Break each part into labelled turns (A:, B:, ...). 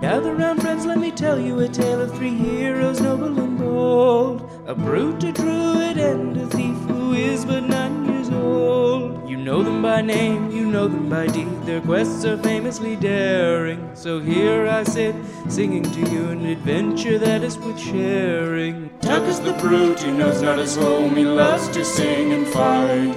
A: time, friends, let me tell you a tale of three heroes, noble and bold. A brute, a druid, and a thief who is but nine years old. You know them by name, you know them by deed. Their quests are famously daring. So here I sit, singing to you an adventure that is worth sharing. Tuck is the brute, he knows not his home, he loves to sing and fight.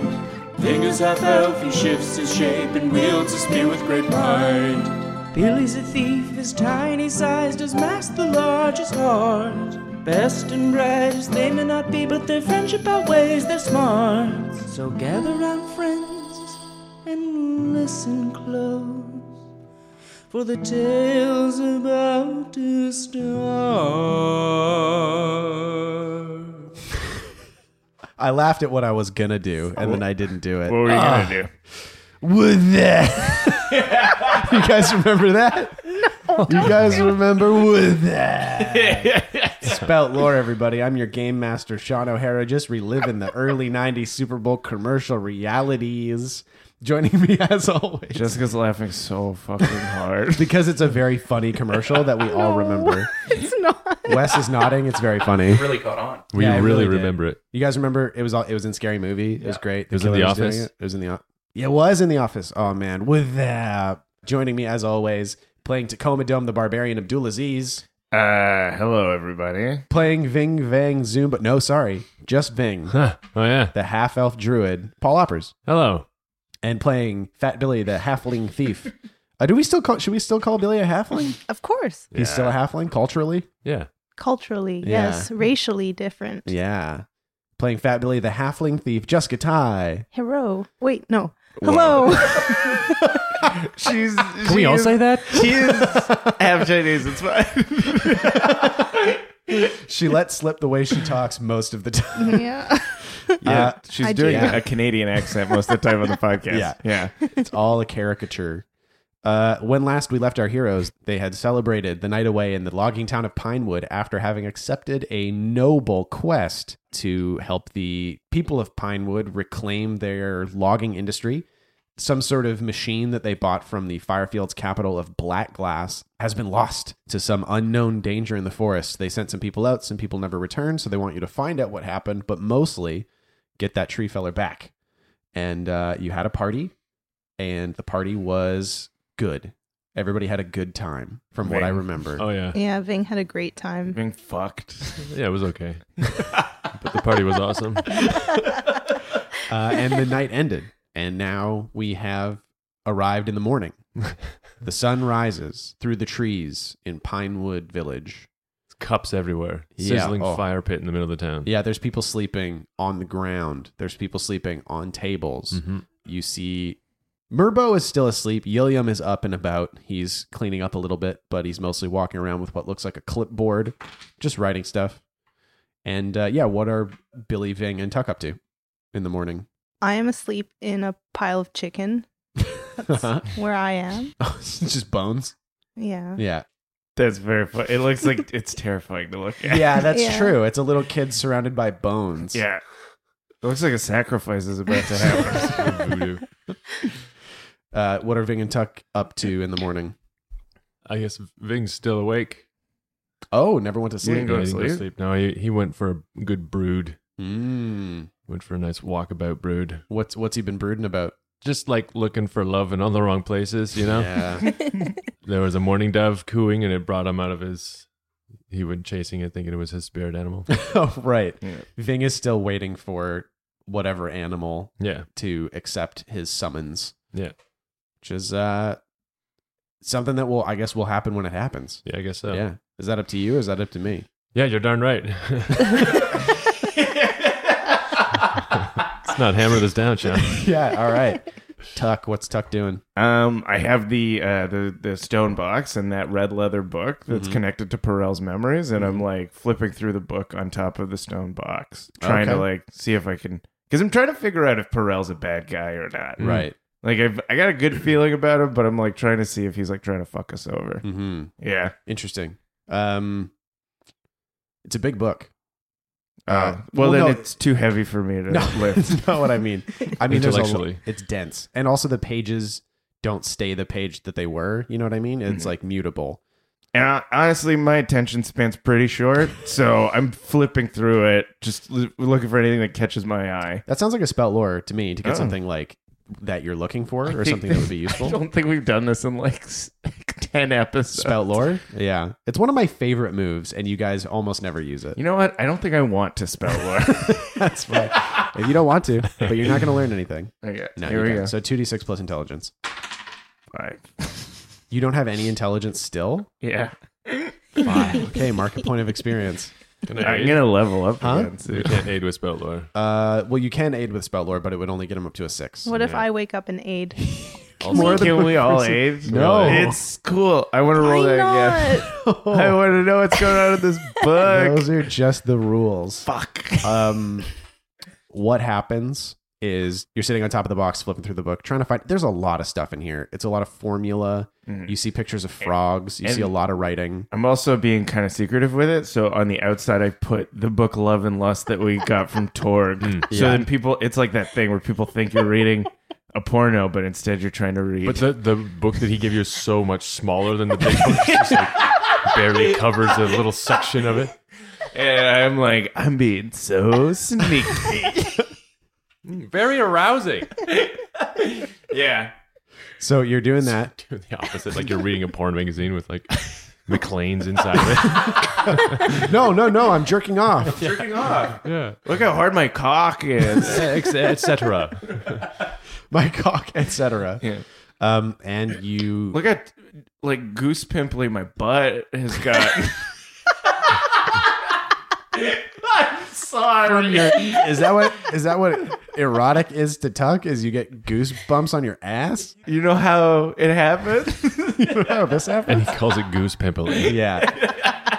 A: Fingers half elf, he shifts his shape and wields a spear with great might. Billy's a thief, his tiny size does mask the largest heart. Best and brightest they may not be, but their friendship outweighs their smarts. So gather round, friends, and listen close, for the tale's about to start.
B: I laughed at what I was gonna do, and then I didn't do it.
C: What were you gonna do?
B: With that, you guys remember that? No. You guys remember with that? Spelt lore, everybody. I'm your game master, Sean O'Hara, just reliving the early '90s Super Bowl commercial realities. Joining me as always,
C: Jessica's laughing so fucking hard.
B: because it's a very funny commercial that we all remember.
D: It's not.
B: Wes is nodding. It's very funny.
E: really caught on.
F: We
B: Yeah, I
F: really,
B: really did.
F: remember it.
B: You guys remember it was all, it was in Scary Movie. It was great.
F: It was in
B: killer
F: The
B: doing
F: Office.
B: It. It was in the o- yeah, it was in the office. Oh man, with that joining me as always, playing Tacoma Dome, the Barbarian Abdulaziz,
C: Uh, hello everybody.
B: playing Ving Vang Zoom, but no, sorry, just Ving,
F: Huh. Oh yeah.
B: the half elf druid, Paul Oppers,
F: Hello.
B: and playing Fat Billy, the halfling thief. Uh, do we still call? Should we still call Billy a halfling?
D: Of course.
B: He's still a halfling culturally.
F: Yeah.
D: Culturally,
B: Yeah.
D: yes. Racially different.
B: Yeah, playing Fat Billy, the halfling thief, Jessica Ty.
D: Hello. Wait, no. Hello.
C: She's.
F: Can we all say that?
C: She is half Chinese. It's fine.
B: She lets slip the way she talks most of the time.
D: yeah.
C: yeah,
B: Uh,
C: she's
D: I do-
C: doing
B: yeah.
C: a Canadian accent most of the time on the podcast.
B: Yeah.
C: yeah.
B: It's all a caricature. Uh, when last we left our heroes, they had celebrated the night away in the logging town of Pinewood after having accepted a noble quest to help the people of Pinewood reclaim their logging industry. Some sort of machine that they bought from the Firefields capital of Black Glass has been lost to some unknown danger in the forest. They sent some people out, some people never returned, so they want you to find out what happened, but mostly get that tree feller back. And uh, you had a party and the party was good. Everybody had a good time, from what I
C: Right.
B: remember.
F: Oh yeah.
D: Yeah, Ving had a great time.
C: Being fucked.
F: Yeah, it was okay. but the party was awesome.
B: Uh, and the night ended, and now we have arrived in the morning. the sun rises through the trees in Pinewood Village.
F: Cups everywhere.
B: Yeah,
F: Sizzling
B: oh.
F: fire pit in the middle of the town.
B: Yeah, there's people sleeping on the ground. There's people sleeping on tables.
C: Mm.
F: Mhm.
B: You see, Murbo is still asleep. Yilliam is up and about. He's cleaning up a little bit, but he's mostly walking around with what looks like a clipboard, just writing stuff. And uh, yeah, what are Billy, Ving, and Tuck up to in the morning?
D: I am asleep in a pile of chicken. That's where I am.
B: it's Oh, just bones.
D: Yeah.
B: Yeah,
C: That's very funny. It looks like it's terrifying to look at.
B: yeah, that's
D: Yeah.
B: true. It's a little kid surrounded by bones.
C: yeah. It looks like a sacrifice is about to happen.
F: Voodoo.
B: Uh, what are Ving and Tuck up to in the morning?
F: I guess Ving's still awake.
B: Oh, never went to
C: You
B: sleep.
C: didn't go to
F: He didn't
C: sleep?
F: No, he, he went for a good brood.
B: Mm.
F: Went for a nice walkabout brood.
B: What's what's he been brooding about?
F: Just like looking for love in all the wrong places, you know?
B: Yeah.
F: There was a mourning dove cooing and it brought him out of his. He went chasing it thinking it was his spirit animal.
B: oh, right.
C: Yeah.
B: Ving is still waiting for whatever animal
F: yeah.
B: to accept his summons.
F: Yeah.
B: Which is uh something that will I guess will happen when it happens.
F: Yeah, I guess so.
B: Yeah. Is that up to you or is that up to me?
F: Yeah, you're darn right. Let's not hammer this down, Sean.
B: yeah, all right. Tuck, what's Tuck doing?
C: Um, I have the uh, the the stone box and that red leather book that's
B: Mhm.
C: connected to Perel's memories, and
B: Mm-hmm.
C: I'm like flipping through the book on top of the stone box, trying to
B: Okay.
C: like see if I can, because I'm trying to figure out if Perel's a bad guy or not.
B: Mm-hmm.
F: Hmm.
B: Right.
C: Like I've I got a good feeling about him, but I'm like trying to see if he's like trying to fuck us over.
B: Mm-hmm.
C: Yeah.
B: Interesting. Um it's a big book.
C: Uh,
B: Uh,
C: well,
B: well,
C: then
B: no.
C: it's too heavy for me to
B: No,
C: lift.
B: that's not what I mean. I mean, there's a lo-
F: Intellectually.
B: it's dense,
F: Mm-hmm.
B: and also the pages don't stay the page that they were. You know what I mean? It's like mutable.
C: And I, honestly, my attention span's pretty short, so I'm flipping through it, just l- looking for anything that catches my eye.
B: That sounds like a spell lore to me to get
C: Oh.
B: something like that you're looking for or something that would be
C: I
B: useful.
C: don't think we've done this in like s- ten episodes.
B: Spout lore? Yeah. It's one of my favorite moves, and you guys almost never use it.
C: You know what? I don't think I want to spell lore.
B: That's fine. if you don't want to, but you're not going to learn anything.
C: okay,
B: No,
C: here
B: you
C: we
B: don't.
C: go.
B: So 2d6 plus intelligence.
C: Five.
B: You don't have any intelligence still?
C: Yeah,
B: Okay, mark a point of experience.
F: Can I
C: I'm
F: aid?
C: gonna level up
B: Huh?
C: again soon.
F: You can't aid with spell lore.
B: Uh, well, you can aid with spout lore, but it would only get him up to a six.
D: What if I wake up and aid?
C: More can we all aid?
B: No.
C: it's cool. I want to roll
D: Why
C: that again.
D: not?
C: I want to know what's going on in this book.
B: Those are just the rules.
C: Fuck.
B: um, what happens is you're sitting on top of the box, flipping through the book, trying to find. There's a lot of stuff in here. It's a lot of formula. You see pictures of frogs. You see a
C: Mm-hmm. and-
B: lot of writing.
C: I'm also being kind of secretive with it. So on the outside, I put the book Love and Lust that we got from Torg. So
B: Hmm. Yeah.
C: then people, it's like that thing where people think you're reading a porno, but instead you're trying to read.
F: But the, the book that he gave you is so much smaller than the big book. It's just like barely covers a little section of it.
C: and I'm like, I'm being so sneaky.
F: Very arousing.
C: yeah.
B: So you're doing that.
F: Do the opposite. Like you're reading a porn magazine with like McLean's inside of
B: No, no, no. I'm jerking off.
C: Jerking off.
F: it. Yeah.
C: Look how hard my cock is.
F: Etc.
B: My cock, etc.
C: Yeah.
B: Um, and you.
C: Look at like goose pimply my butt has got. I'm sorry.
B: Is that what is that what erotic is to tuck? Is you get goosebumps on your ass?
C: You know how it happened?
B: Oh, this happened.
F: And he calls it goose pimple.
B: Yeah.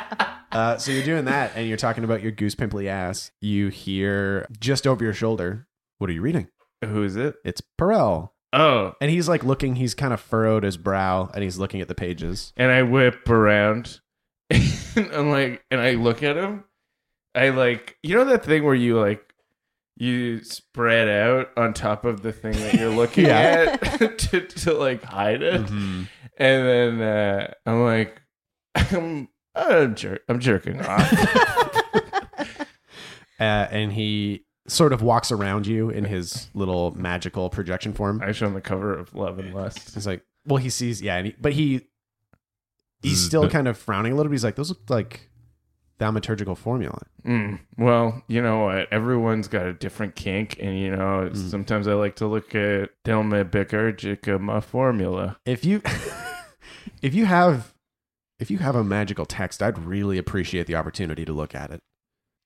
B: Uh, so you're doing that, and you're talking about your goose pimply ass. You hear just over your shoulder. What are you reading?
C: Who is it?
B: It's Perel,
C: Oh,
B: and he's like looking. He's kind of furrowed his brow, and he's looking at the pages.
C: and I whip around. and I'm like, and I look at him. I like, you know that thing where you like, you spread out on top of the thing that you're looking
B: Yeah. Mm-hmm.
C: at to, to like hide it, and then uh, I'm like, I'm, I'm, jer- I'm jerking off.
B: Uh, and he sort of walks around you in his little magical projection form.
C: I show him the cover of Love and Lust.
B: He's like, well, he sees, yeah, and he, but he he's still kind of frowning a little bit. He's like, those look like thaumaturgical formula.
C: Mm. Well, you know what? Everyone's got a different kink, and you know, it's- sometimes I like to look at Delma Bicargica, my formula.
B: if you if you have if you have a magical text i'd really appreciate the opportunity to look at it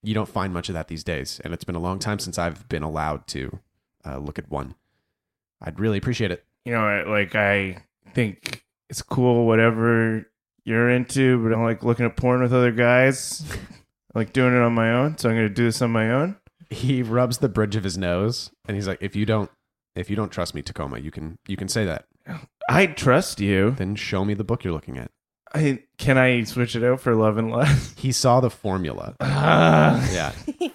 B: you don't find much of that these days and it's been a long time since i've been allowed to uh, look at one i'd really appreciate it
C: You know, I- like I think it's cool, whatever you're into, but I don't like looking at porn with other guys. I like doing it on my own, so I'm going to do this on my own.
B: he rubs the bridge of his nose and he's like if you don't if you don't trust me tacoma you can you can say that
C: I trust you.
B: then show me the book you're looking at
C: I, can I switch it out for Love and Lust?
B: he saw the formula
C: Ah,
B: yeah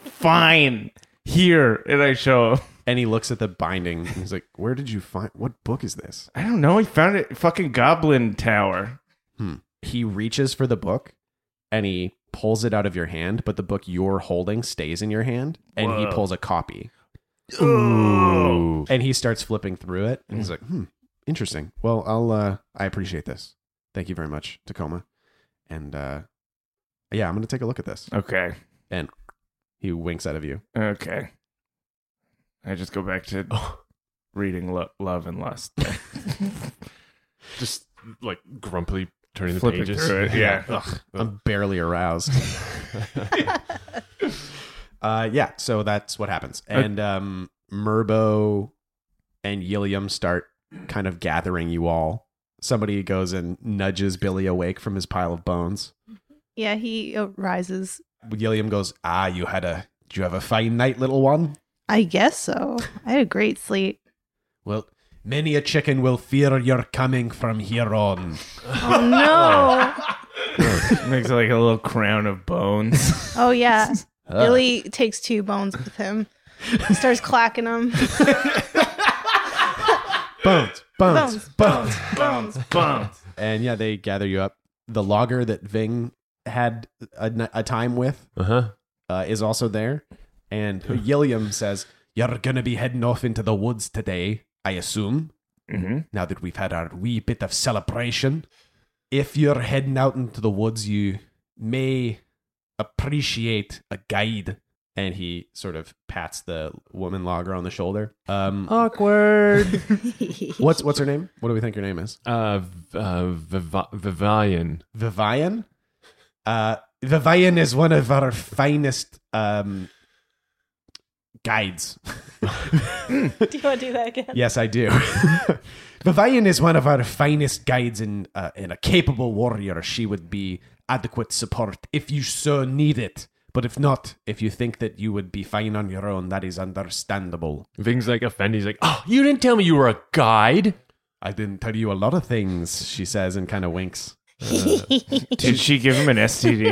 C: fine. Here, and I show him.
B: and he looks at the binding and he's like where did you find what book is this
C: I don't know. He found it fucking Goblin Tower.
B: he reaches for the book and he pulls it out of your hand, but the book you're holding stays in your hand and he
C: Whoa.
B: pulls a copy
F: Ooh.
B: and he starts flipping through it and he's like, "Hmm, interesting. Well, I'll uh I appreciate this. Thank you very much, Tacoma." And uh yeah, I'm going to take a look at this.
C: Okay.
B: And he winks out of you.
C: Okay. I just go back to reading lo- Love and Lust.
F: Just like grumpily turning the
C: Flipping
F: pages.
C: through it. Yeah.
B: I'm barely aroused. uh, yeah, so that's what happens. And um, Murbo and Yilliam start kind of gathering you all. Somebody goes and nudges Billy awake from his pile of bones.
D: Yeah, he uh, rises.
B: Yilliam goes, "Ah, you had a, did you have a fine night, little one?
D: I guess so. I had a great sleep.
B: Well, many a chicken will fear your coming from here on."
D: Oh no!
C: Makes like a little crown of bones.
D: Oh yeah. Billy takes two bones with him. Starts clacking them.
B: Bones, bones,
D: Bones, bones, bones.
C: bones.
B: and yeah, they gather you up. the logger that Ving had a, n- a time with
F: Uh huh.
C: Uh-huh.
B: uh, is also there. And Yilliam says, You're going to be heading off into the woods today, I assume,
C: Mm-hmm.
B: now that we've had our wee bit of celebration. If you're heading out into the woods, you may appreciate a guide. And he sort of pats the woman logger on the shoulder. Um,
F: Awkward.
B: what's what's her name? What do we think her name is?
F: uh, v- uh, Viva- Vivian.
B: Vivian. Uh, Vivian is one of our finest um, guides.
D: Do you want to do that again?
B: Yes, I do. Vivian is one of our finest guides and, uh, and a capable warrior. She would be adequate support if you so need it. But if not, if you think that you would be fine on your own, that is understandable.
F: Ving's like offended. He's like, oh, you didn't tell me you were a guide.
B: I didn't tell you a lot of things, she says and kind of winks.
C: Did she give him an STD?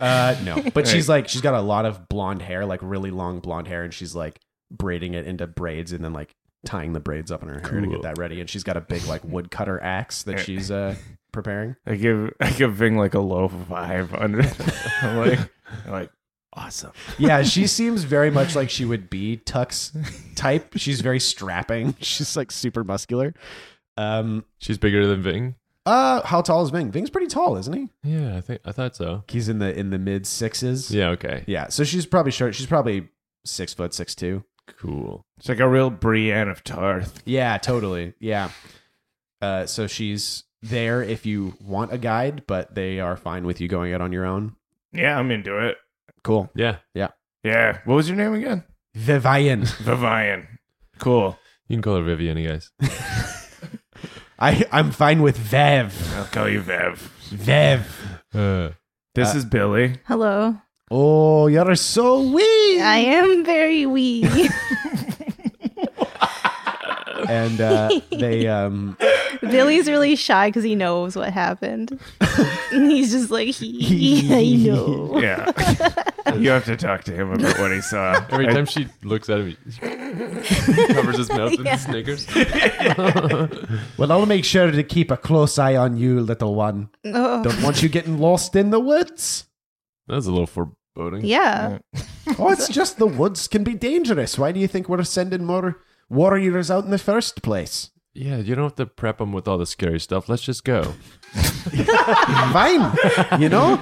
B: Uh, no, but she's like she's got a lot of blonde hair, like really long blonde hair, and she's like braiding it into braids and then like tying the braids up in her hair to
F: Cool.
B: get that ready. And she's got a big like woodcutter axe that she's uh, preparing.
C: I give I give Ving like a low five under. I'm like, I'm like awesome.
B: Yeah, she seems very much like she would be Tux type. She's very strapping. She's like super muscular. Um,
F: She's bigger than Ving.
B: uh, how tall is Ving? Ving's pretty tall, isn't he?
F: Yeah, I think I thought so.
B: He's in the in the mid sixes.
F: Yeah. Okay.
B: yeah. So she's probably short. She's probably six foot six two.
F: Cool.
C: It's like a real Brienne of Tarth.
B: Yeah, totally. Yeah. Uh, so she's there if you want a guide, but they are fine with you going out on your own.
C: Yeah, I'm into it.
B: Cool.
F: Yeah.
C: Yeah. What was your name again?
B: Vivian.
C: Vivian. Cool.
F: You can call her Vivian, you guys.
B: I I'm fine with Vev.
C: I'll call you Viv.
B: Vev.
F: Uh,
C: This is Billy.
D: Hello.
B: Oh, you're so wee.
D: I am very wee.
B: and uh, they um
D: Billy's really shy because he knows what happened. And he's just like, yeah, I know.
C: Yeah. you have to talk to him about what he saw.
F: every
C: I-
F: time she looks at him, he covers his mouth and
D: Yeah.
F: snickers.
B: well I'll make sure to keep a close eye on you, little one.
D: Oh,
B: Don't want you getting lost in the woods.
F: That's a little foreboding.
D: yeah.
B: Oh, it's just the woods can be dangerous. Why do you think we're sending more warriors out in the first place?
F: Yeah, you don't have to prep them with all the scary stuff. Let's just go.
B: Fine, you know.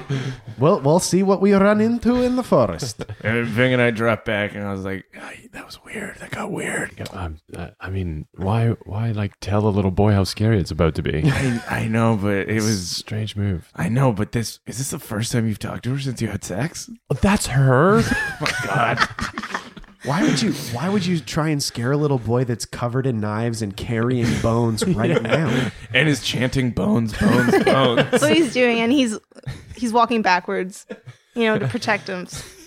B: We'll we'll see what we run into in the forest.
C: And Ving and I dropped back, and I was like, "Ay, "That was weird. That got weird."
F: Yeah, um, uh, I mean, why, why, like, tell a little boy how scary it's about to be?
C: I, I know, but it was.
F: strange move.
C: I know, but this is this the first time you've talked to her since you had sex?
F: That's her.
C: God,
B: Why would you Why would you try and scare a little boy that's covered in knives and carrying bones right now?
C: and is chanting bones, bones, bones.
D: That's what he's doing. And he's he's walking backwards, you know, to protect him,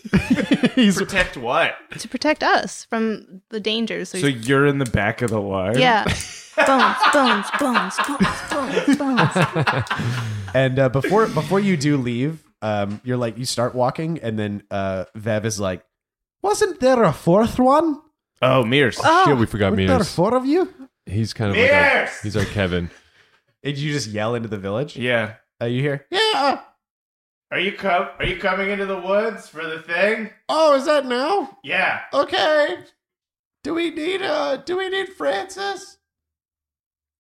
C: Protect what?
D: to protect us from the dangers. So,
C: So
D: he's,
C: you're in the back of the line.
D: yeah. bones, bones, bones, bones, bones, bones.
B: And uh, before before you do leave, um, you're like you start walking, and then uh, Vev is like, "Wasn't there a fourth one?
C: Oh, Mears.
F: Yeah,
D: Oh,
F: we forgot
B: Weren't there
F: Mears.
B: four of you?"
F: He's kind of like our,
C: Mears!
F: he's our Kevin.
B: And you just yell into the village.
C: Yeah.
B: Uh, you hear, "Yeah!
C: Are you com- Are you coming into the woods for the thing?
B: Oh, is that now?
C: Yeah.
B: Okay. Do we need uh Do we need Francis?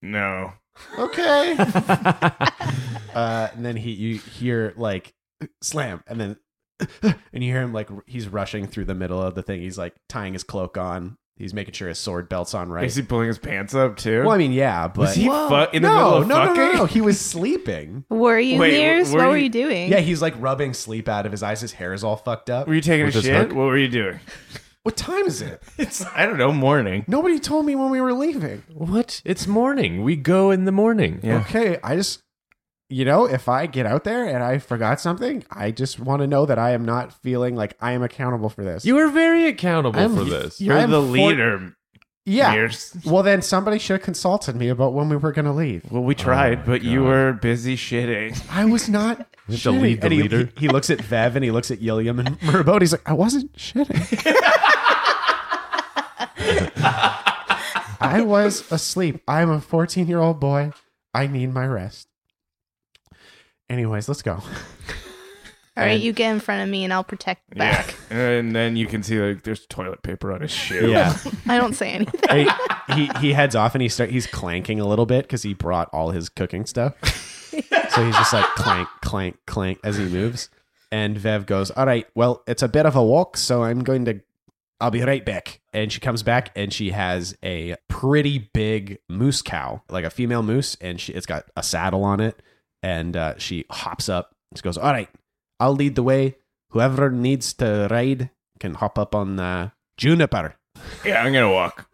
C: No.
B: Okay." Uh, and then he you hear like slam, and then and you hear him like he's rushing through the middle of the thing. He's like tying his cloak on. He's making sure his sword belt's on right.
C: Is he pulling his pants up too?
B: well, I mean, yeah, but
C: Was he fu- in the
B: no,
C: middle of
B: no,
C: fucking?
B: no, no, no. He was sleeping.
D: were you
C: Wait,
D: Mears?
C: were
D: what were
C: you-
D: you doing?
B: Yeah, he's like rubbing sleep out of his eyes. His hair is all fucked up.
C: Were you taking
F: With
C: a
F: his
C: shit?
F: hook?
C: What were you doing?
B: What time is it?
C: It's I don't know. Morning.
B: Nobody told me when we were leaving.
F: what? It's morning. We go in the morning.
C: Yeah.
B: Okay, I just, you know, if I get out there and I forgot something, I just want to know that I am not feeling like I am accountable for this.
F: You are very accountable
B: I'm-
F: for this.
B: you-
C: You're
B: I'm
C: the
B: for-
C: leader.
B: yeah.
C: Mears.
B: Well, then somebody should have consulted me about when we were going to leave.
C: Well, we tried,
F: my
C: but you
F: God.
C: were busy shitting.
B: I was not.
F: We have to
B: shitting.
F: lead the
B: And he,
F: leader.
B: He, he looks at Vev and he looks at Yilliam and Merbote. He's like, I wasn't shitting. I was asleep. I'm a 14 year old boy. I need my rest. Anyways, let's go.
D: All right,
B: And-
D: you get in front of me and I'll protect back.
C: Yeah. And then you can see like there's toilet paper on his shoe.
B: Yeah.
D: I don't say anything.
B: he, he he heads off and he start he's clanking a little bit because he brought all his cooking stuff. so he's just like clank, clank, clank as he moves. And Vev goes, "All right, well, it's a bit of a walk, so I'm going to. I'll be right back." And she comes back and she has a pretty big moose cow, like a female moose, and she it's got a saddle on it. And uh, she hops up. She goes, "All right, I'll lead the way. Whoever needs to ride can hop up on uh, Juniper."
C: Yeah, I'm gonna walk.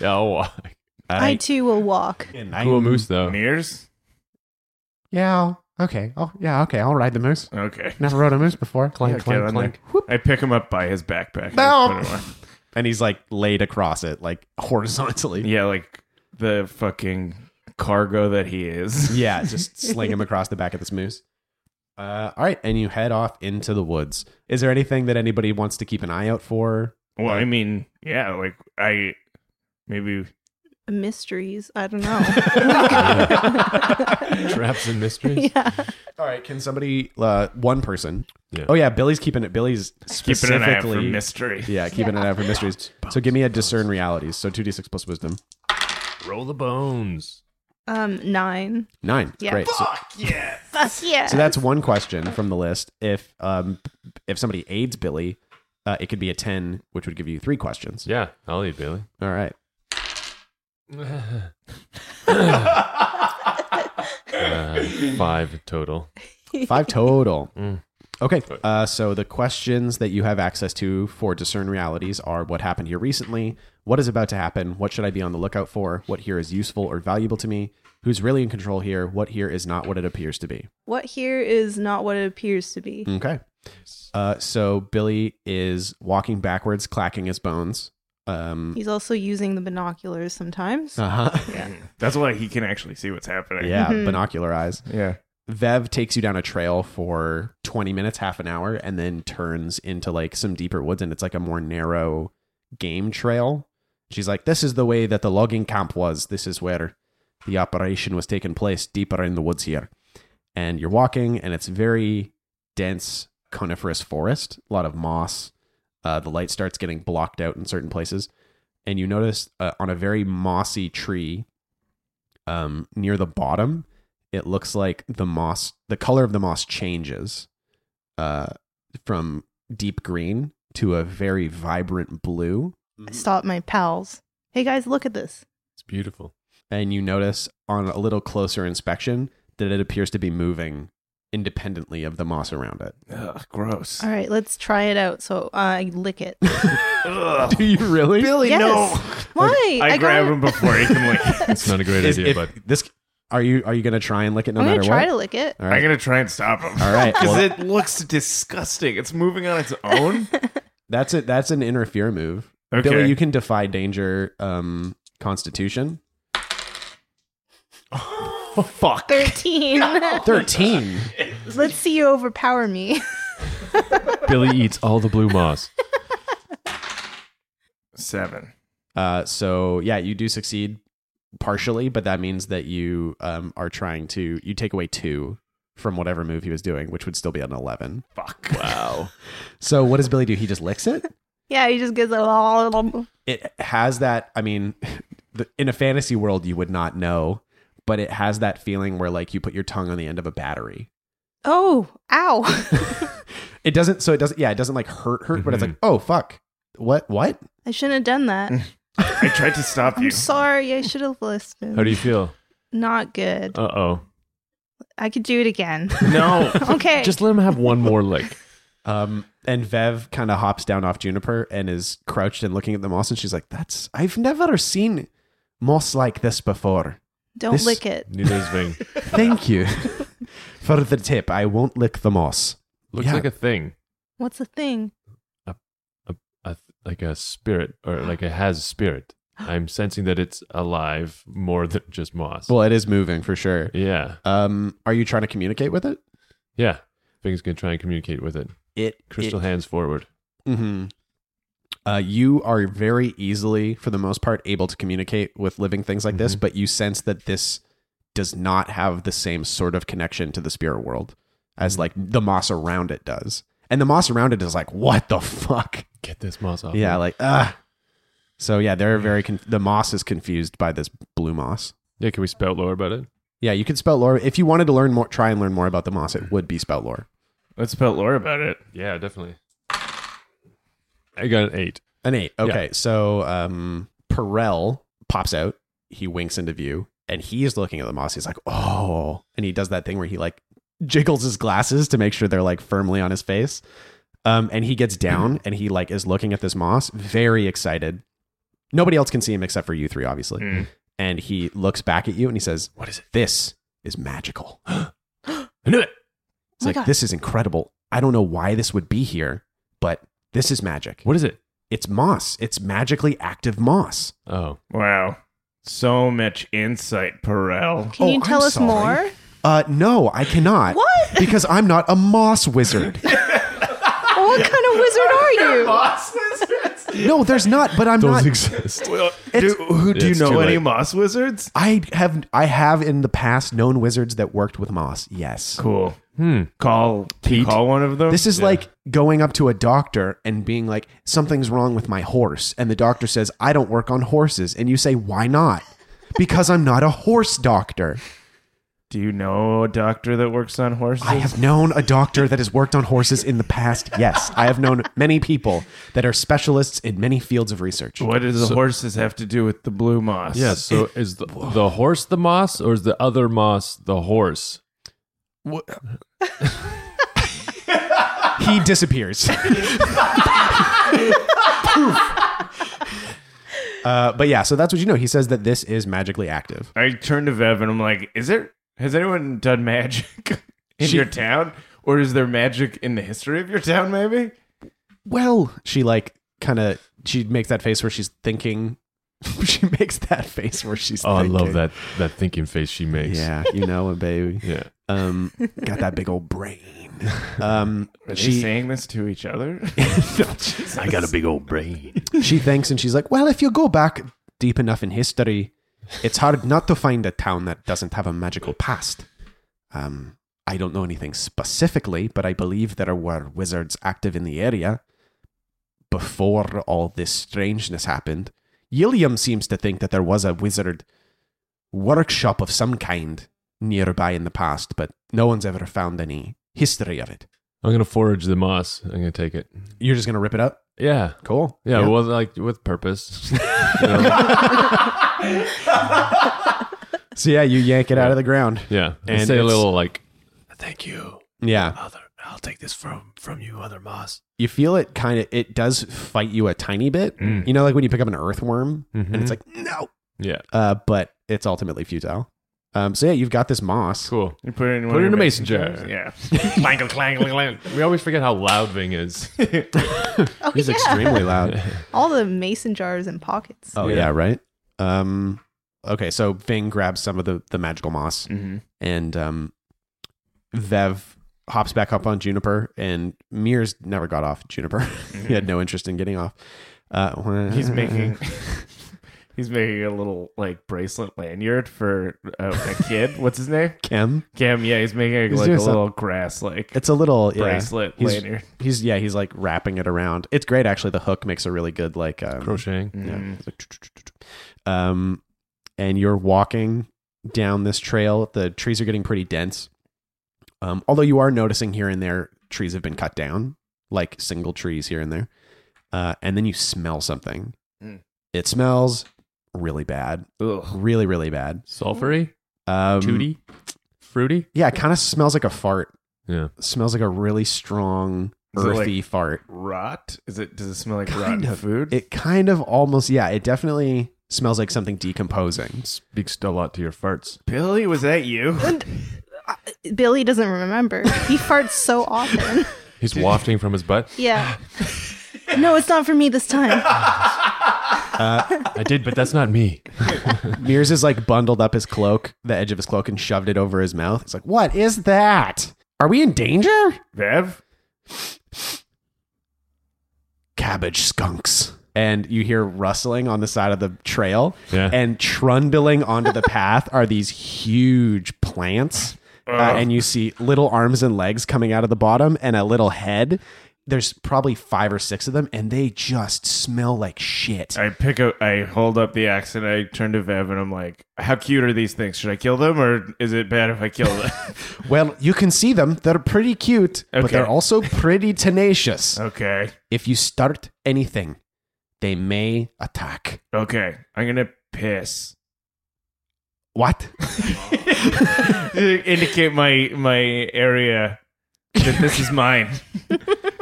F: Yeah, I'll walk.
D: I too will walk.
F: Cool moose though.
C: Nears?
B: Yeah. I'll- Okay. Oh, yeah. Okay. I'll ride the moose.
C: Okay.
B: Never rode a moose before.
F: Clank,
C: Yeah, get
F: clank,
C: on
F: clank.
C: I pick him up by his backpack. and
B: No.
C: put him on.
B: And he's like laid across it, like horizontally.
C: Yeah, like the fucking cargo that he is.
B: yeah. Just sling him across the back of this moose. Uh, all right. And you head off into the woods. Is there anything that anybody wants to keep an eye out for?
C: Well, I mean, yeah, like I maybe
D: Mysteries. I don't know.
F: Traps and mysteries.
D: yeah.
B: All right. Can somebody, uh, one person?
F: Yeah.
B: Oh, yeah. Billy's keeping it. Billy's
C: keeping
B: specifically.
C: an eye out for mystery.
B: yeah. Keeping an eye out for mysteries. So give me a discern realities. So 2d6 plus wisdom.
F: Roll the bones.
D: Um, nine.
B: Nine.
D: Yeah.
B: Great. So-
C: Uh,
D: Fuck yeah.
B: So that's one question from the list. If um if somebody aids Billy, uh, it could be a ten, which would give you three questions.
F: Yeah, I'll eat Bailey.
B: All right.
F: Uh, five total.
B: Five total.
F: Mm.
B: Okay. Uh, so the questions that you have access to for discern realities are what happened here recently, what is about to happen, what should I be on the lookout for, what here is useful or valuable to me, who's really in control here, what here is not what it appears to be.
D: what here is not what it appears to be.
B: Okay. Uh, so Billy is walking backwards, clacking his bones. Um,
D: He's also using the binoculars sometimes.
B: uh
F: Uh-huh.
B: huh.
C: That's why he can actually see what's happening.
B: yeah.
D: Mhm.
B: Binocular eyes.
C: Yeah.
B: Vev takes you down a trail for 20 minutes, half an hour, and then turns into like some deeper woods and it's like a more narrow game trail. She's like, This is the way that the logging camp was. This is where the operation was taking place, deeper in the woods here. And you're walking and it's very dense coniferous forest, a lot of moss. Uh, the light starts getting blocked out in certain places. And you notice uh, on a very mossy tree um, near the bottom, it looks like the moss the color of the moss changes uh from deep green to a very vibrant blue
D: I Stop my pals. Hey guys, look at this.
F: It's beautiful.
B: and you notice on a little closer inspection that it appears to be moving independently of the moss around it
C: Ugh, gross.
D: All right, let's try it out. So uh, I lick it.
C: Ugh.
B: do you really
C: Billy,
D: Yes.
C: no.
D: Why?
C: I,
D: got
C: grab
D: it.
C: him before he can like.
F: It's not a great
B: Is-
F: idea,
B: if
F: but
B: this are you are you gonna try and lick it no
D: I'm
B: matter
D: gonna try
B: what
D: to lick it.
B: all
C: I'm
B: right
C: gonna try and stop him.
B: all right
C: Because
B: well,
C: it looks disgusting. It's moving on its own.
B: that's it that's an interfere move
C: Okay.
B: billy you can defy danger um constitution
C: fuck.
D: Thirteen.
B: 13
D: let's see you overpower me.
F: Billy eats all the blue moss.
C: Seven.
B: Uh, so yeah, you do succeed partially, but that means that you um, are trying to you take away two from whatever move he was doing, which would still be an eleven.
C: Fuck. Wow.
B: So what does Billy do? He just licks it.
D: yeah, he just gets a little.
B: It has that. I mean, the, in a fantasy world, you would not know, but it has that feeling where like you put your tongue on the end of a battery.
D: Oh, ow!
B: It doesn't. So it doesn't. Yeah, it doesn't like hurt hurt, but it's like oh fuck, what what?
D: I shouldn't have done that.
C: I tried to stop you.
D: I'm sorry. I should have listened.
F: How do you feel?
D: Not good.
F: Uh oh.
D: I could do it again.
F: No.
D: okay.
F: Just let him have one more lick.
B: Um, and Vev kind of hops down off Juniper and is crouched and looking at the moss, and she's like, "That's I've never seen moss like this before."
D: Don't
B: this-
D: lick it.
F: Neither is Ving.
B: Thank you for the tip. I won't lick the moss.
F: Looks
B: Yeah.
F: like a thing,
D: What's the thing? Oh
F: a, like a spirit, or like it has spirit. I'm sensing that it's alive more than just moss.
B: Well, it is moving for sure.
F: yeah,
B: Um, are you trying to communicate with it?
F: yeah. Ving's gonna try and communicate with it.
B: It
F: Crystal hands forward.
B: hmm Uh, you are very easily, for the most part, able to communicate with living things like this, but you sense that this does not have the same sort of connection to the spirit world as like the moss around it does. And the moss around it is like, what the fuck?
F: Get this moss off.
B: Yeah,
F: me.
B: like ah. So yeah, they're very con- the moss is confused by this blue moss.
F: yeah. Can we spout lore about it?
B: Yeah, you could spout lore if you wanted to learn more. Try and learn more about the moss. It would be spout lore.
C: Let's tell Laura about it.
F: Yeah, definitely. I got an eight.
B: An eight. Okay, so um, Perel pops out. He winks into view, and he's looking at the moss. He's like, oh, and he does that thing where he like jiggles his glasses to make sure they're like firmly on his face. Um, and he gets down and he like is looking at this moss, very excited. Nobody else can see him except for you three, obviously.
C: Mm.
B: And he looks back at you and he says, "What is it? This is magical."
F: I knew it.
B: It's
D: my
B: like
D: God.
B: this is incredible. I don't know why this would be here, but this is magic.
F: What is it?
B: It's moss. It's magically active moss.
F: Oh,
C: Wow. So much insight, Perel.
D: Can
B: Oh,
D: you tell
B: I'm
D: us
B: sorry.
D: more?
B: Uh, no, I cannot.
D: What?
B: Because I'm not a moss wizard.
D: What kind of wizard are you?
C: Moss wizards?
B: No, there's not. But I'm
F: those
B: not.
F: exist.
C: well, do,
B: It's-
C: who, do you
F: It's too
C: know any
F: late.
C: moss wizards?
B: I have I have in the past known wizards that worked with moss. Yes.
C: Cool.
F: Hmm.
C: Call Pete. Call one of them.
B: This is like going up to a doctor and being like, "Something's wrong with my horse," and the doctor says, "I don't work on horses," and you say, "Why not?" because I'm not a horse doctor.
C: do you know a doctor that works on horses?
B: I have known a doctor that has worked on horses in the past. Yes, I have known many people that are specialists in many fields of research.
C: what does the horses have to do with the blue moss?
F: Yeah. So is the, the horse the moss, or is the other moss the horse?
B: He disappears. uh, but yeah, so that's what you know. He says that this is magically active.
C: I turned to Vev and I'm like, is there has anyone done magic in
B: She-
C: your town? Or is there magic in the history of your town, maybe?
B: Well, she like kind of she makes that face where she's thinking. she makes that face where she's.
F: Oh, I love
B: thinking.
F: that that thinking face she makes.
B: Yeah, you know it, baby.
F: Yeah.
B: Um, got that big old brain. Um,
C: Are they
B: she
C: saying this to each other?
F: I got a big old brain.
B: she thinks and she's like, well, if you go back deep enough in history, it's hard not to find a town that doesn't have a magical past. Um, I don't know anything specifically, but I believe there were wizards active in the area before all this strangeness happened. Yilliam seems to think that there was a wizard workshop of some kind nearby in the past, but no one's ever found any history of it.
F: I'm gonna forage the moss. I'm gonna take it.
B: You're just going to rip it up?
F: Yeah.
B: Cool.
F: Yeah, well, like with purpose. You know?
B: So, yeah, you yank it out of the ground.
F: yeah,
B: And
F: and say a
B: it's-
F: little like, "Thank you,
B: Yeah.
F: other. I'll take this from from you, other moss."
B: you feel it kind of it does fight you a tiny bit you know like when you pick up an earthworm
F: Mm-hmm.
B: and it's like no
F: Yeah,
B: uh, but it's ultimately futile um, so yeah you've got this moss
F: cool.
C: You put it in, one
F: Put
C: of
F: it in a
C: your
F: mason
C: jars?
F: jar.
C: Yeah.
F: Clang, clang, clang, clang. We always forget how loud Ving is.
D: Oh,
B: it's
D: yeah.
B: extremely loud
D: All the mason jars and pockets.
B: oh yeah,
F: Yeah.
B: right um, okay so ving grabs some of the, the magical moss
C: Mhm.
B: and um, vev hops back up on juniper and mears never got off juniper he had no interest in getting off uh,
C: He's making he's making a little like bracelet lanyard for uh, a kid. What's his name?
B: chem
C: Cam. Yeah, he's making
B: He's
C: like a
B: doing some-
C: little grass like
B: It's a little yeah.
C: bracelet
B: He's-
C: lanyard.
B: He's yeah, he's like wrapping it around. It's great actually. The hook makes a really good like um,
F: Crocheting.
B: Yeah,
C: Mm.
B: it's like, um, and you're walking down this trail. The trees are getting pretty dense. Um, although you are noticing here and there trees have been cut down, like single trees here and there. Uh, and then you smell something.
C: Mm.
B: It smells really bad,
C: Ugh.
B: really really bad.
F: Sulfury,
B: Um,
F: tooty, fruity.
B: Yeah, it kind of smells like a fart.
F: Yeah.
B: smells like a really strong
C: Is it like-
B: earthy fart.
C: Rot? Is it? Does it smell like
B: Kind
C: rotten
B: of.
C: food?
B: It kind of almost, yeah, it definitely smells like something decomposing.
F: Speaks a lot to your farts.
C: Billy, was that you?
D: Billy doesn't remember. He farts so often.
F: He's wafting from his butt.
D: Yeah. No, it's not for me this time.
F: I did, but that's not me.
B: Mears is like bundled up his cloak, the edge of his cloak, and shoved it over his mouth. He's like, What is that? Are we in danger?
C: Vev?
B: Cabbage skunks. and you hear rustling on the side of the trail.
F: Yeah.
B: And trundling onto the path are these huge plants. Uh, and you see little arms and legs coming out of the bottom and a little head. There's probably five or six of them, and they just smell like shit.
C: I pick up, I hold up the axe and I turn to Vev and I'm like, how cute are these things? Should I kill them or is it bad if I kill them?
B: Well, you can see them. They're pretty cute, but
C: Okay.
B: they're also pretty tenacious.
C: okay.
B: If you start anything, they may attack.
C: Okay. I'm going to piss.
B: What?
C: To Indicate my my area that this is mine.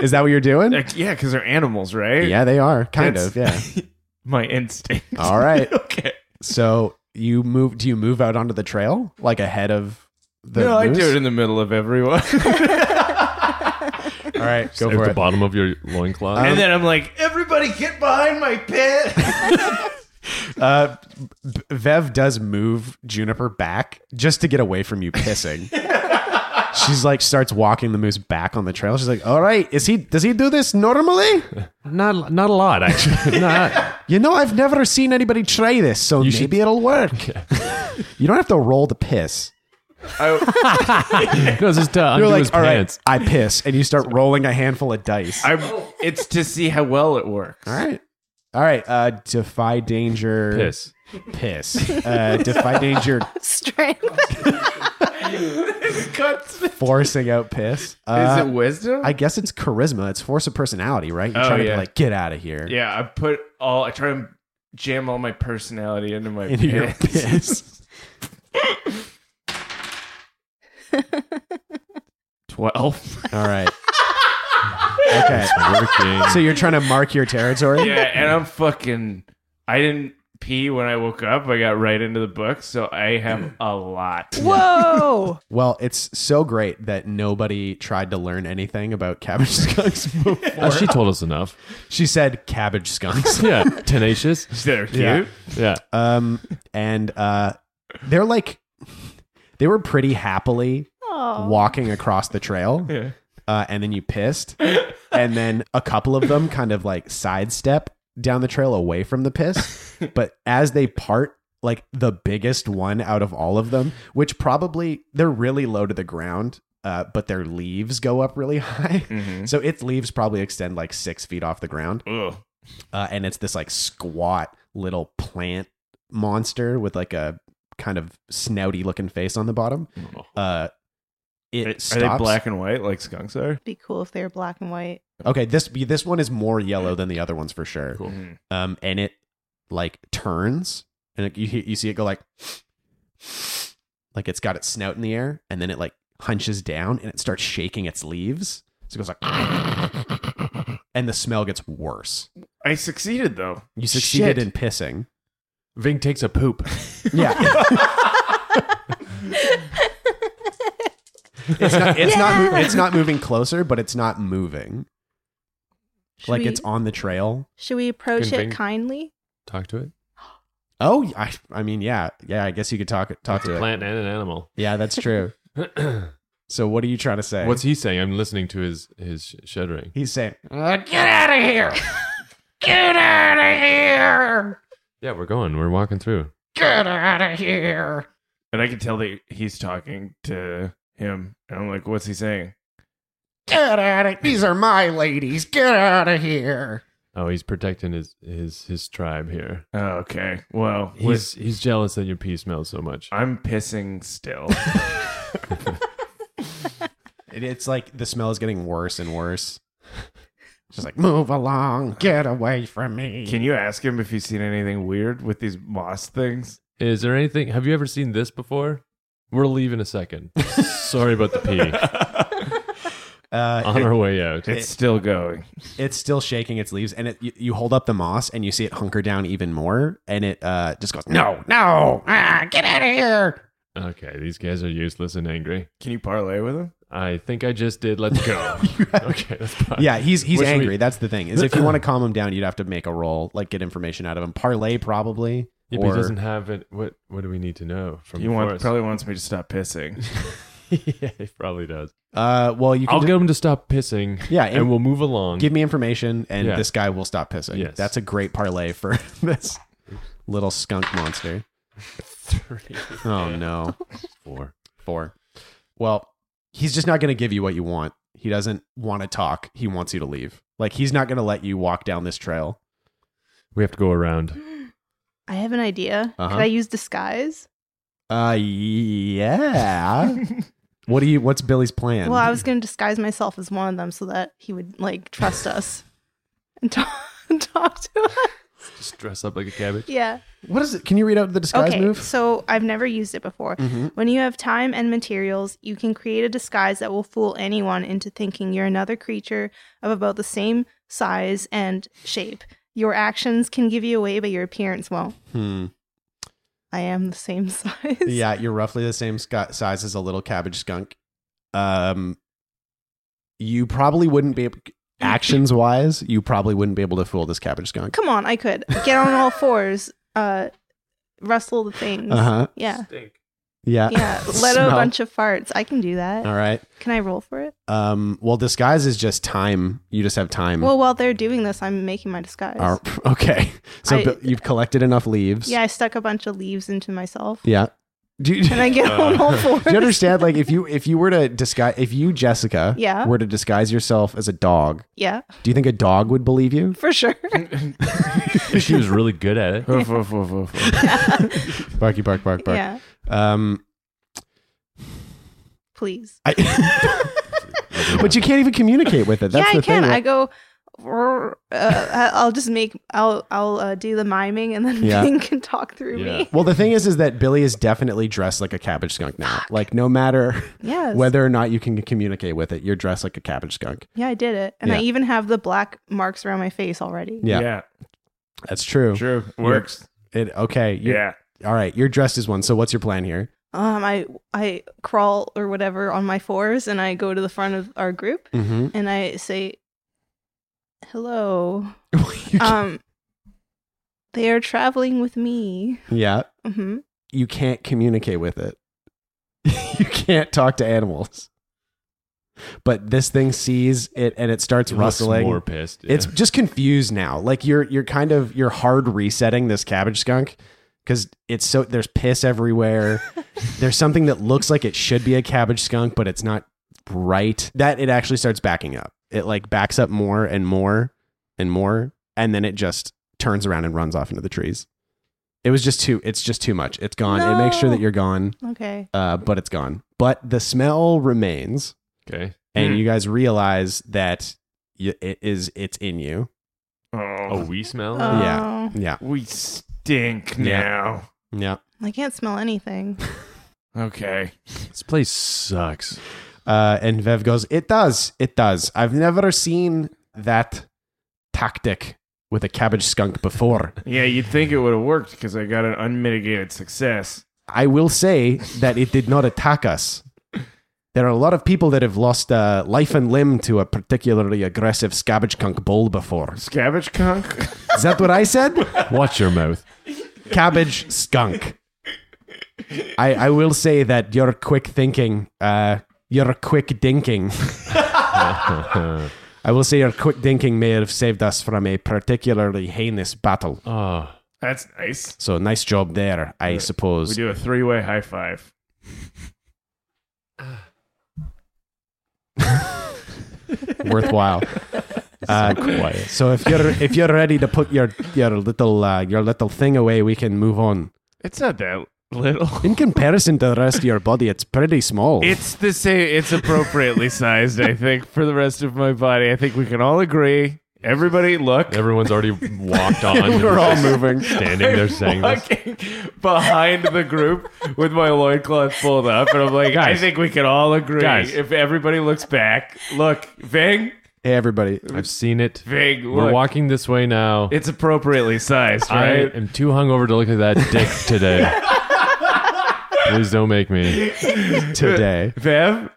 B: Is that what you're doing?
C: Like, yeah, because they're animals, right?
B: Yeah, they are. Kind
C: That's-
B: of, yeah.
C: My instinct.
B: All right.
C: okay.
B: So you move do you move out onto the trail? Like ahead of the
C: no, I
B: moose?
C: do it in the middle of
B: All
C: everyone.
B: right, go
F: at
B: for
F: the
B: it.
F: bottom of your loincloth.
C: and then I'm like, everybody get behind my pit.
B: Uh, B- Vev does move Juniper back just to get away from you pissing. She's like starts walking the moose back on the trail. She's like, "All right, is he does he do this normally?
F: not not a lot actually. not,
B: You know, I've never seen anybody try this, so maybe
F: should-
B: it'll work. you don't have to roll to piss.
C: I,
F: no, it's just to undo
B: You're
F: his
B: like, "All right,
F: pants.
B: I piss," and you start rolling a handful of dice.
C: I, it's to see how well it works.
B: All right. All right, uh, defy danger.
F: Piss.
B: Piss. Uh, defy danger
D: Strength.
B: forcing out piss. Uh,
C: Is it wisdom?
B: I guess it's charisma. It's force of personality, right? You're
C: Oh,
B: trying to
C: yeah.
B: be like, get out of here.
C: yeah, I put all. I try and jam all my personality into my
B: Into your
C: pit.
B: piss.
C: Twelve.
B: All right. Okay.
F: Working.
B: So you're trying to mark your territory?
C: yeah, and I'm fucking. I didn't pee when I woke up. I got right into the book, so I have a lot.
D: Whoa.
B: Well, it's so great that nobody tried to learn anything about cabbage skunks before.
F: Uh, she told us enough.
B: She said cabbage skunks.
F: Yeah, tenacious.
C: They're cute.
B: Yeah.
F: Yeah,
B: Um, and uh, they're like, they were pretty happily
D: Oh.
B: walking across the trail.
C: Yeah.
B: uh, and then you pissed, and then a couple of them kind of like sidestep down the trail away from the piss. But as they part, like the biggest one out of all of them, which probably they're really low to the ground, uh, but their leaves go up really high.
C: Mhm.
B: So its leaves probably extend like six feet off the ground,
C: Ugh.
B: uh, and it's this like squat little plant monster with like a kind of snouty looking face on the bottom. Uh, it
C: Are they
B: stops.
C: black and white like skunks are?
D: Be cool if they were black and white.
B: Okay, this this one is more yellow than the other ones for sure. Um, and it like turns, and it, you hear- you see it go like, like it's got its snout in the air, and then it like hunches down and it starts shaking its leaves. So it goes like, and the smell gets worse.
C: I succeeded though.
B: You succeeded
C: Shit.
B: in pissing.
F: Ving takes a poop.
B: Yeah, it's not it's not mo- it's not moving closer, but it's not moving.
D: Should
B: like
D: we,
B: it's on the trail.
D: Should we approach it
F: Convene-
D: kindly?
F: Talk to it.
B: Oh, I, I mean, yeah, yeah. I guess you could talk talk
F: It's
B: to
F: a
B: it.
F: plant and an animal.
B: Yeah, that's true. so what are you trying to say?
F: What's he saying? I'm listening to his his sh- shuddering.
B: he's saying?
F: Yeah, we're going. We're walking through.
C: And I can tell that he's talking to him. And I'm like, what's he saying?
F: Oh, he's protecting his his his tribe here.
C: Oh, okay. Well,
F: He's he's jealous that your pee smells so much.
C: I'm pissing still.
B: It, it's like the smell is getting worse and worse. She's like, move along, get away from me.
C: Can you ask him if he's seen anything weird with these moss things?
F: Is there anything? Have you ever seen this before? We're leaving a second. Sorry about the pee.
B: Uh,
F: On our way out.
C: It's still going.
B: it's still shaking its leaves, and it, you, you hold up the moss, and you see it hunker down even more, and it uh, just goes, no, no, ah, get out of here.
F: Okay, these guys are useless and angry.
C: Can you parlay with him?
F: I think I just did. Let's go. okay, that's fine.
B: Yeah, he's he's
F: Wish we-
B: angry. That's the thing is, if you want to calm him down, you'd have to make a roll, like get information out of him, parlay probably.
F: Yeah, but
B: or,
F: he doesn't have it. What What do we need to know from
C: He
F: the
C: want,
F: forest?
C: probably wants me to stop pissing.
F: yeah, he probably does.
B: Uh, well, you can
F: I'll
B: just-
F: get him to stop pissing.
B: Yeah,
F: and,
B: and-
F: we'll move along.
B: give me information, and
F: Yeah.
B: this guy will stop pissing.
F: Yes.
B: That's a great parlay for this little skunk monster.
F: three,
B: Oh no,
F: four.
B: four. Well, he's just not going to give you what you want. He doesn't want to talk. He wants you to leave. Like he's not going to let you walk down this trail.
F: We have to go around.
D: I have an idea.
B: Uh-huh.
D: Could I use disguise?
B: Uh, yeah. what do you? What's Billy's plan?
D: well, I was going to disguise myself as one of them so that he would like trust us and talk, talk to us.
F: Just dress up like a cabbage.
D: Yeah.
B: What is it? Can you read out the disguise
D: okay.
B: move?
D: So I've never used it before.
B: Mhm.
D: When you have time and materials, you can create a disguise that will fool anyone into thinking you're another creature of about the same size and shape. Your actions can give you away, but your appearance won't.
B: Hmm.
D: I am the same size.
B: Yeah, you're roughly the same sc- size as a little cabbage skunk. Um, you probably wouldn't be ab- actions wise. You probably wouldn't be able to fool this cabbage skunk.
D: Come on, I could get on all fours, uh, rustle the things.
B: Uh huh.
D: Yeah,
B: Yeah.
D: Mm-hmm. yeah. Let
B: Uh, Smell.
D: out a bunch of farts. I can do that.
B: All right.
D: Can I roll for it?
B: Um. Well, disguise is just time. You just have time.
D: Well, while they're doing this, I'm making my disguise.
B: All- okay. So
D: I-
B: Bi- you've collected enough leaves.
D: Yeah, I stuck a bunch of leaves into myself,
B: Yeah. Do you,
D: and I get on all fours.
B: do you understand? Like, if you if you were to disguise, if you Jessica,
D: Yeah.
B: were to disguise yourself as a dog,
D: Yeah,
B: do you think a dog would believe you?
D: for sure.
F: she was really good at it.
C: Woof, woof, woof, woof, woof.
B: Barky, bark, bark, bark.
D: Yeah,
B: Um.
D: please.
B: I, but you can't even communicate with it. That's
D: yeah,
B: the
D: I can.
B: thing.
D: I go. "Rrr," Uh, I- I'll just make. I'll. I'll uh, do the miming, and then
B: Yeah.
D: Bing can talk through
F: Yeah.
D: me.
B: well, the thing is, is that Billy is definitely dressed like a cabbage skunk now. Like, no matter
D: Yes.
B: whether or not you can communicate with it, you're dressed like a cabbage skunk.
D: Yeah, I did it, and I
B: Yeah.
D: even have the black marks around my face already.
B: Yeah, that's true.
C: true. Works.
B: It okay. you-
C: Yeah.
B: All right, you're dressed as one. So, what's your plan here?
D: Um, I I crawl or whatever on my fours, and I go to the front of our group,
B: Mm-hmm.
D: and I say, "Hello."
B: you can't-
D: Um, they are traveling with me.
B: yeah,
D: hmm
B: you can't communicate with it. you can't talk to animals. But this thing sees it and it starts
F: She looks
B: rustling.
F: More pissed.
B: It's
F: yeah.
B: just confused now. Like you're you're kind of you're hard resetting this cabbage skunk because it's so there's piss everywhere. there's something that looks like it should be a cabbage skunk, but it's not right. That it actually starts backing up. It like backs up more and more and more, and then it just turns around and runs off into the trees. It was just too. It's just too much. It's gone. It makes sure that
D: No.
B: you're gone,
D: Okay.
B: uh, but it's gone. But the smell remains
F: okay.
B: and
C: Hmm.
B: you guys realize that y it is it's in you.
F: Oh,
C: Oh,
F: we smell.
D: Oh,
F: it?
B: Yeah. Yeah,
C: we stink
B: Yeah.
C: now.
B: yeah.
D: I can't smell anything.
C: Okay.
F: This place sucks.
B: Uh, and Vev goes, "It does, it does. I've never seen that tactic with a cabbage skunk before.
C: Yeah, you'd think it would have worked because I got an unmitigated success.
B: I will say that it did not attack us." There are a lot of people that have lost uh, life and limb to a particularly aggressive scabbage skunk bull before.
C: Scavenge conk.
B: Is that what I said?
F: Watch your mouth.
B: cabbage skunk. I, I will say that your quick thinking, uh, your quick dinking,
F: oh,
B: I will say your quick dinking may have saved us from a particularly heinous battle.
F: I
C: That's nice.
B: So nice job there, I
C: Oh. Yeah. We
B: suppose.
C: do a three-way high five.
B: Worthwhile. Uh,
F: quiet.
B: So if you're if you're ready to put your your little uh, your little thing away, we can move on.
C: It's not that little.
B: In comparison to the rest of your body, it's pretty small.
C: It's the same. It's appropriately sized, I think, for the rest of my body. I think we can all agree. Everybody, look.
F: everyone's already walked on.
B: we're all moving.
F: standing there saying this.
C: walking behind the group with my loincloth pulled up, and I'm like, I
F: Guys.
C: think we can all agree.
F: Guys.
C: If everybody looks back, look, Ving,
B: Hey everybody,
F: I've seen it.
C: Ving, look.
F: We're walking this way now.
C: It's appropriately sized,
F: I
C: right?
F: am too hungover to look at that dick today. Please don't make me.
B: today.
C: Vev,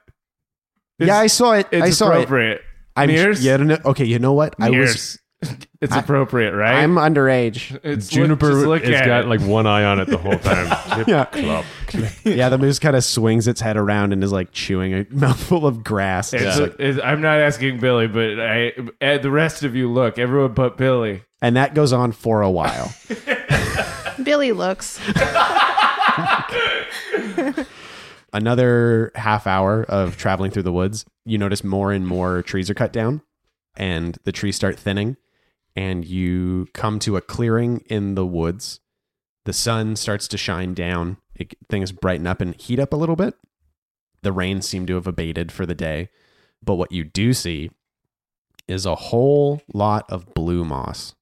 B: yeah, I saw it.
C: it's
B: I saw it.
C: appropriate.
B: I'm
C: Mears?
B: yeah, no, okay. You know what? I was
C: Mears. It's appropriate, right?
B: I'm underage.
C: it's
F: Juniper
C: just
F: has
C: look at
F: got
C: it.
F: like one eye on it the whole time.
B: Yeah.
F: Club.
B: Yeah, the moose kind of swings its head around and is like chewing a mouthful of grass.
C: It's-
B: It's like-
C: it's- I'm not asking Billy, but I eh, the rest of you look. Everyone but Billy.
B: and that goes on for a while.
D: Billy looks.
B: Another half hour of traveling through the woods, you notice more and more trees are cut down and the trees start thinning. And you come to a clearing in the woods. The sun starts to shine down, it, things brighten up and heat up a little bit. The rain seemed to have abated for the day. But what you do see is a whole lot of blue moss.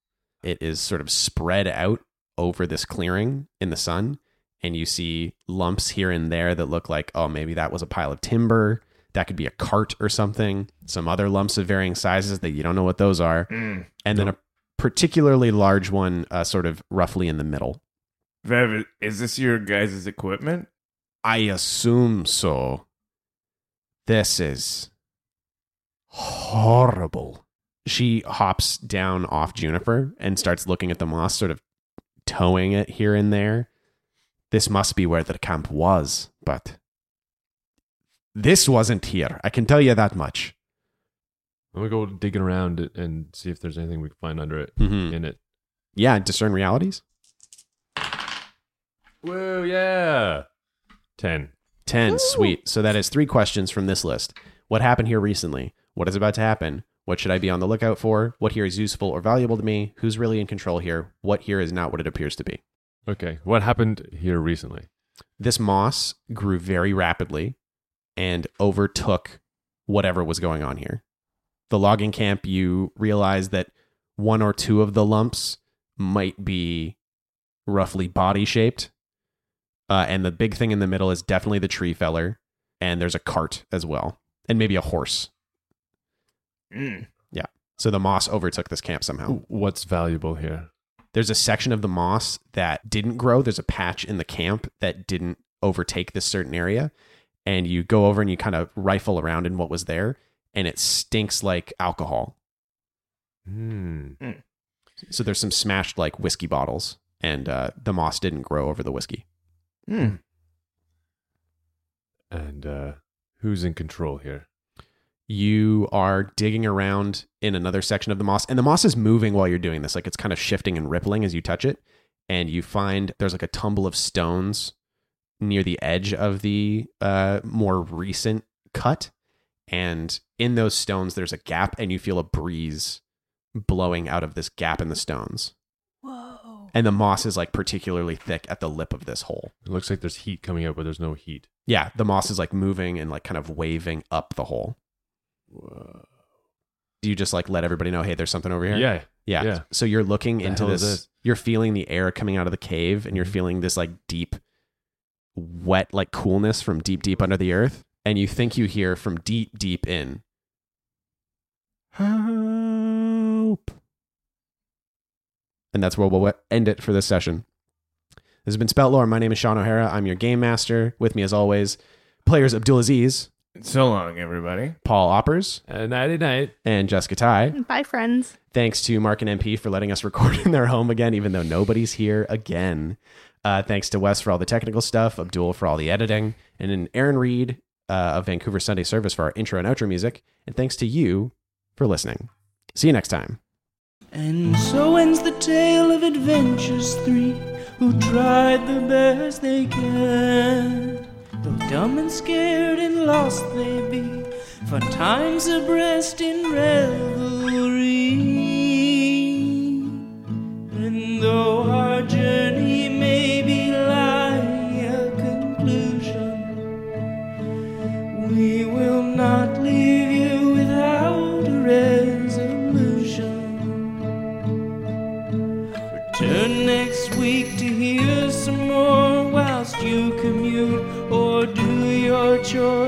B: It is sort of spread out over this clearing in the sun. And you see lumps here and there that look like, oh, maybe that was a pile of timber. That could be a cart or something. Some other lumps of varying sizes that you don't know what those are.
C: Mm.
B: And then a particularly large one, uh, sort of roughly in the middle.
C: Vev, is this your guys' equipment?
B: I assume so. This is horrible. She hops down off Juniper and starts looking at the moss, sort of towing it here and there. This must be where the camp was, but this wasn't here. I can tell you that much.
F: I'm gonna go digging around it and see if there's anything we can find under it.
B: Mhm.
F: In it.
B: Yeah, discern realities.
F: Whoa, yeah. Ten.
B: 10. Sweet. So that is three questions from this list. What happened here recently? What is about to happen? What should I be on the lookout for? What here is useful or valuable to me? Who's really in control here? What here is not what it appears to be?
F: Okay. What happened here recently?
B: This moss grew very rapidly and overtook whatever was going on here. The logging camp, you realize that one or two of the lumps might be roughly body shaped. Uh, and the big thing in the middle is definitely the tree feller. And there's a cart as well, and maybe a horse.
C: Mm.
B: So the moss overtook this camp somehow.
C: Oh.
F: What's valuable here?
B: There's a section of the moss that didn't grow. There's a patch in the camp that didn't overtake this certain area. And you go over and you kind of rifle around in what was there, and it stinks like alcohol.
F: Hmm.
B: So there's some smashed like whiskey bottles, and uh, the moss didn't grow over the whiskey.
C: Mm.
F: And uh, who's in control here?
B: You are digging around in another section of the moss, and the moss is moving while you're doing this. Like it's kind of shifting and rippling as you touch it. And you find there's like a tumble of stones near the edge of the uh, more recent cut. And in those stones, there's a gap, and you feel a breeze blowing out of this gap in the stones.
D: Whoa.
B: And the moss is like particularly thick at the lip of this hole.
F: It looks like there's heat coming up, but there's no heat.
B: Yeah, the moss is like moving and like kind of waving up the hole. Do you just like let everybody know, hey, there's something over here?
F: Yeah.
B: Yeah.
F: Yeah.
B: So you're looking
F: The
B: into
F: hell
B: this,
F: is this? Mm-hmm.
B: You're feeling the air coming out of the cave, and you're feeling this like deep, wet, like coolness from deep, deep under the earth. And you think you hear from deep, deep in.
C: Hmm.
B: Help. And that's where we'll end it for this session. This has been Spelt Lore. My name is Sean O'Hara. I'm your game master. With me, as always, players Abdulaziz,
C: So long, everybody.
B: Paul Oppers,
F: Uh, nighty night.
B: and Jessica Ty.
D: Bye, friends.
B: Thanks to Mark and MP for letting us record in their home again, even though nobody's here again. Uh, thanks to Wes for all the technical stuff, Abdul for all the editing, and then Aaron Reed uh, of Vancouver Sunday Service for our intro and outro music. And thanks to you for listening. See you next time.
A: And so ends the tale of adventures three who tried the best they can. Though dumb and scared and lost they be, for time's abreast in revelry. And though our journey may be lying a conclusion, we will not leave you without a resolution. Return next week to hear some more whilst you commute or do your chores.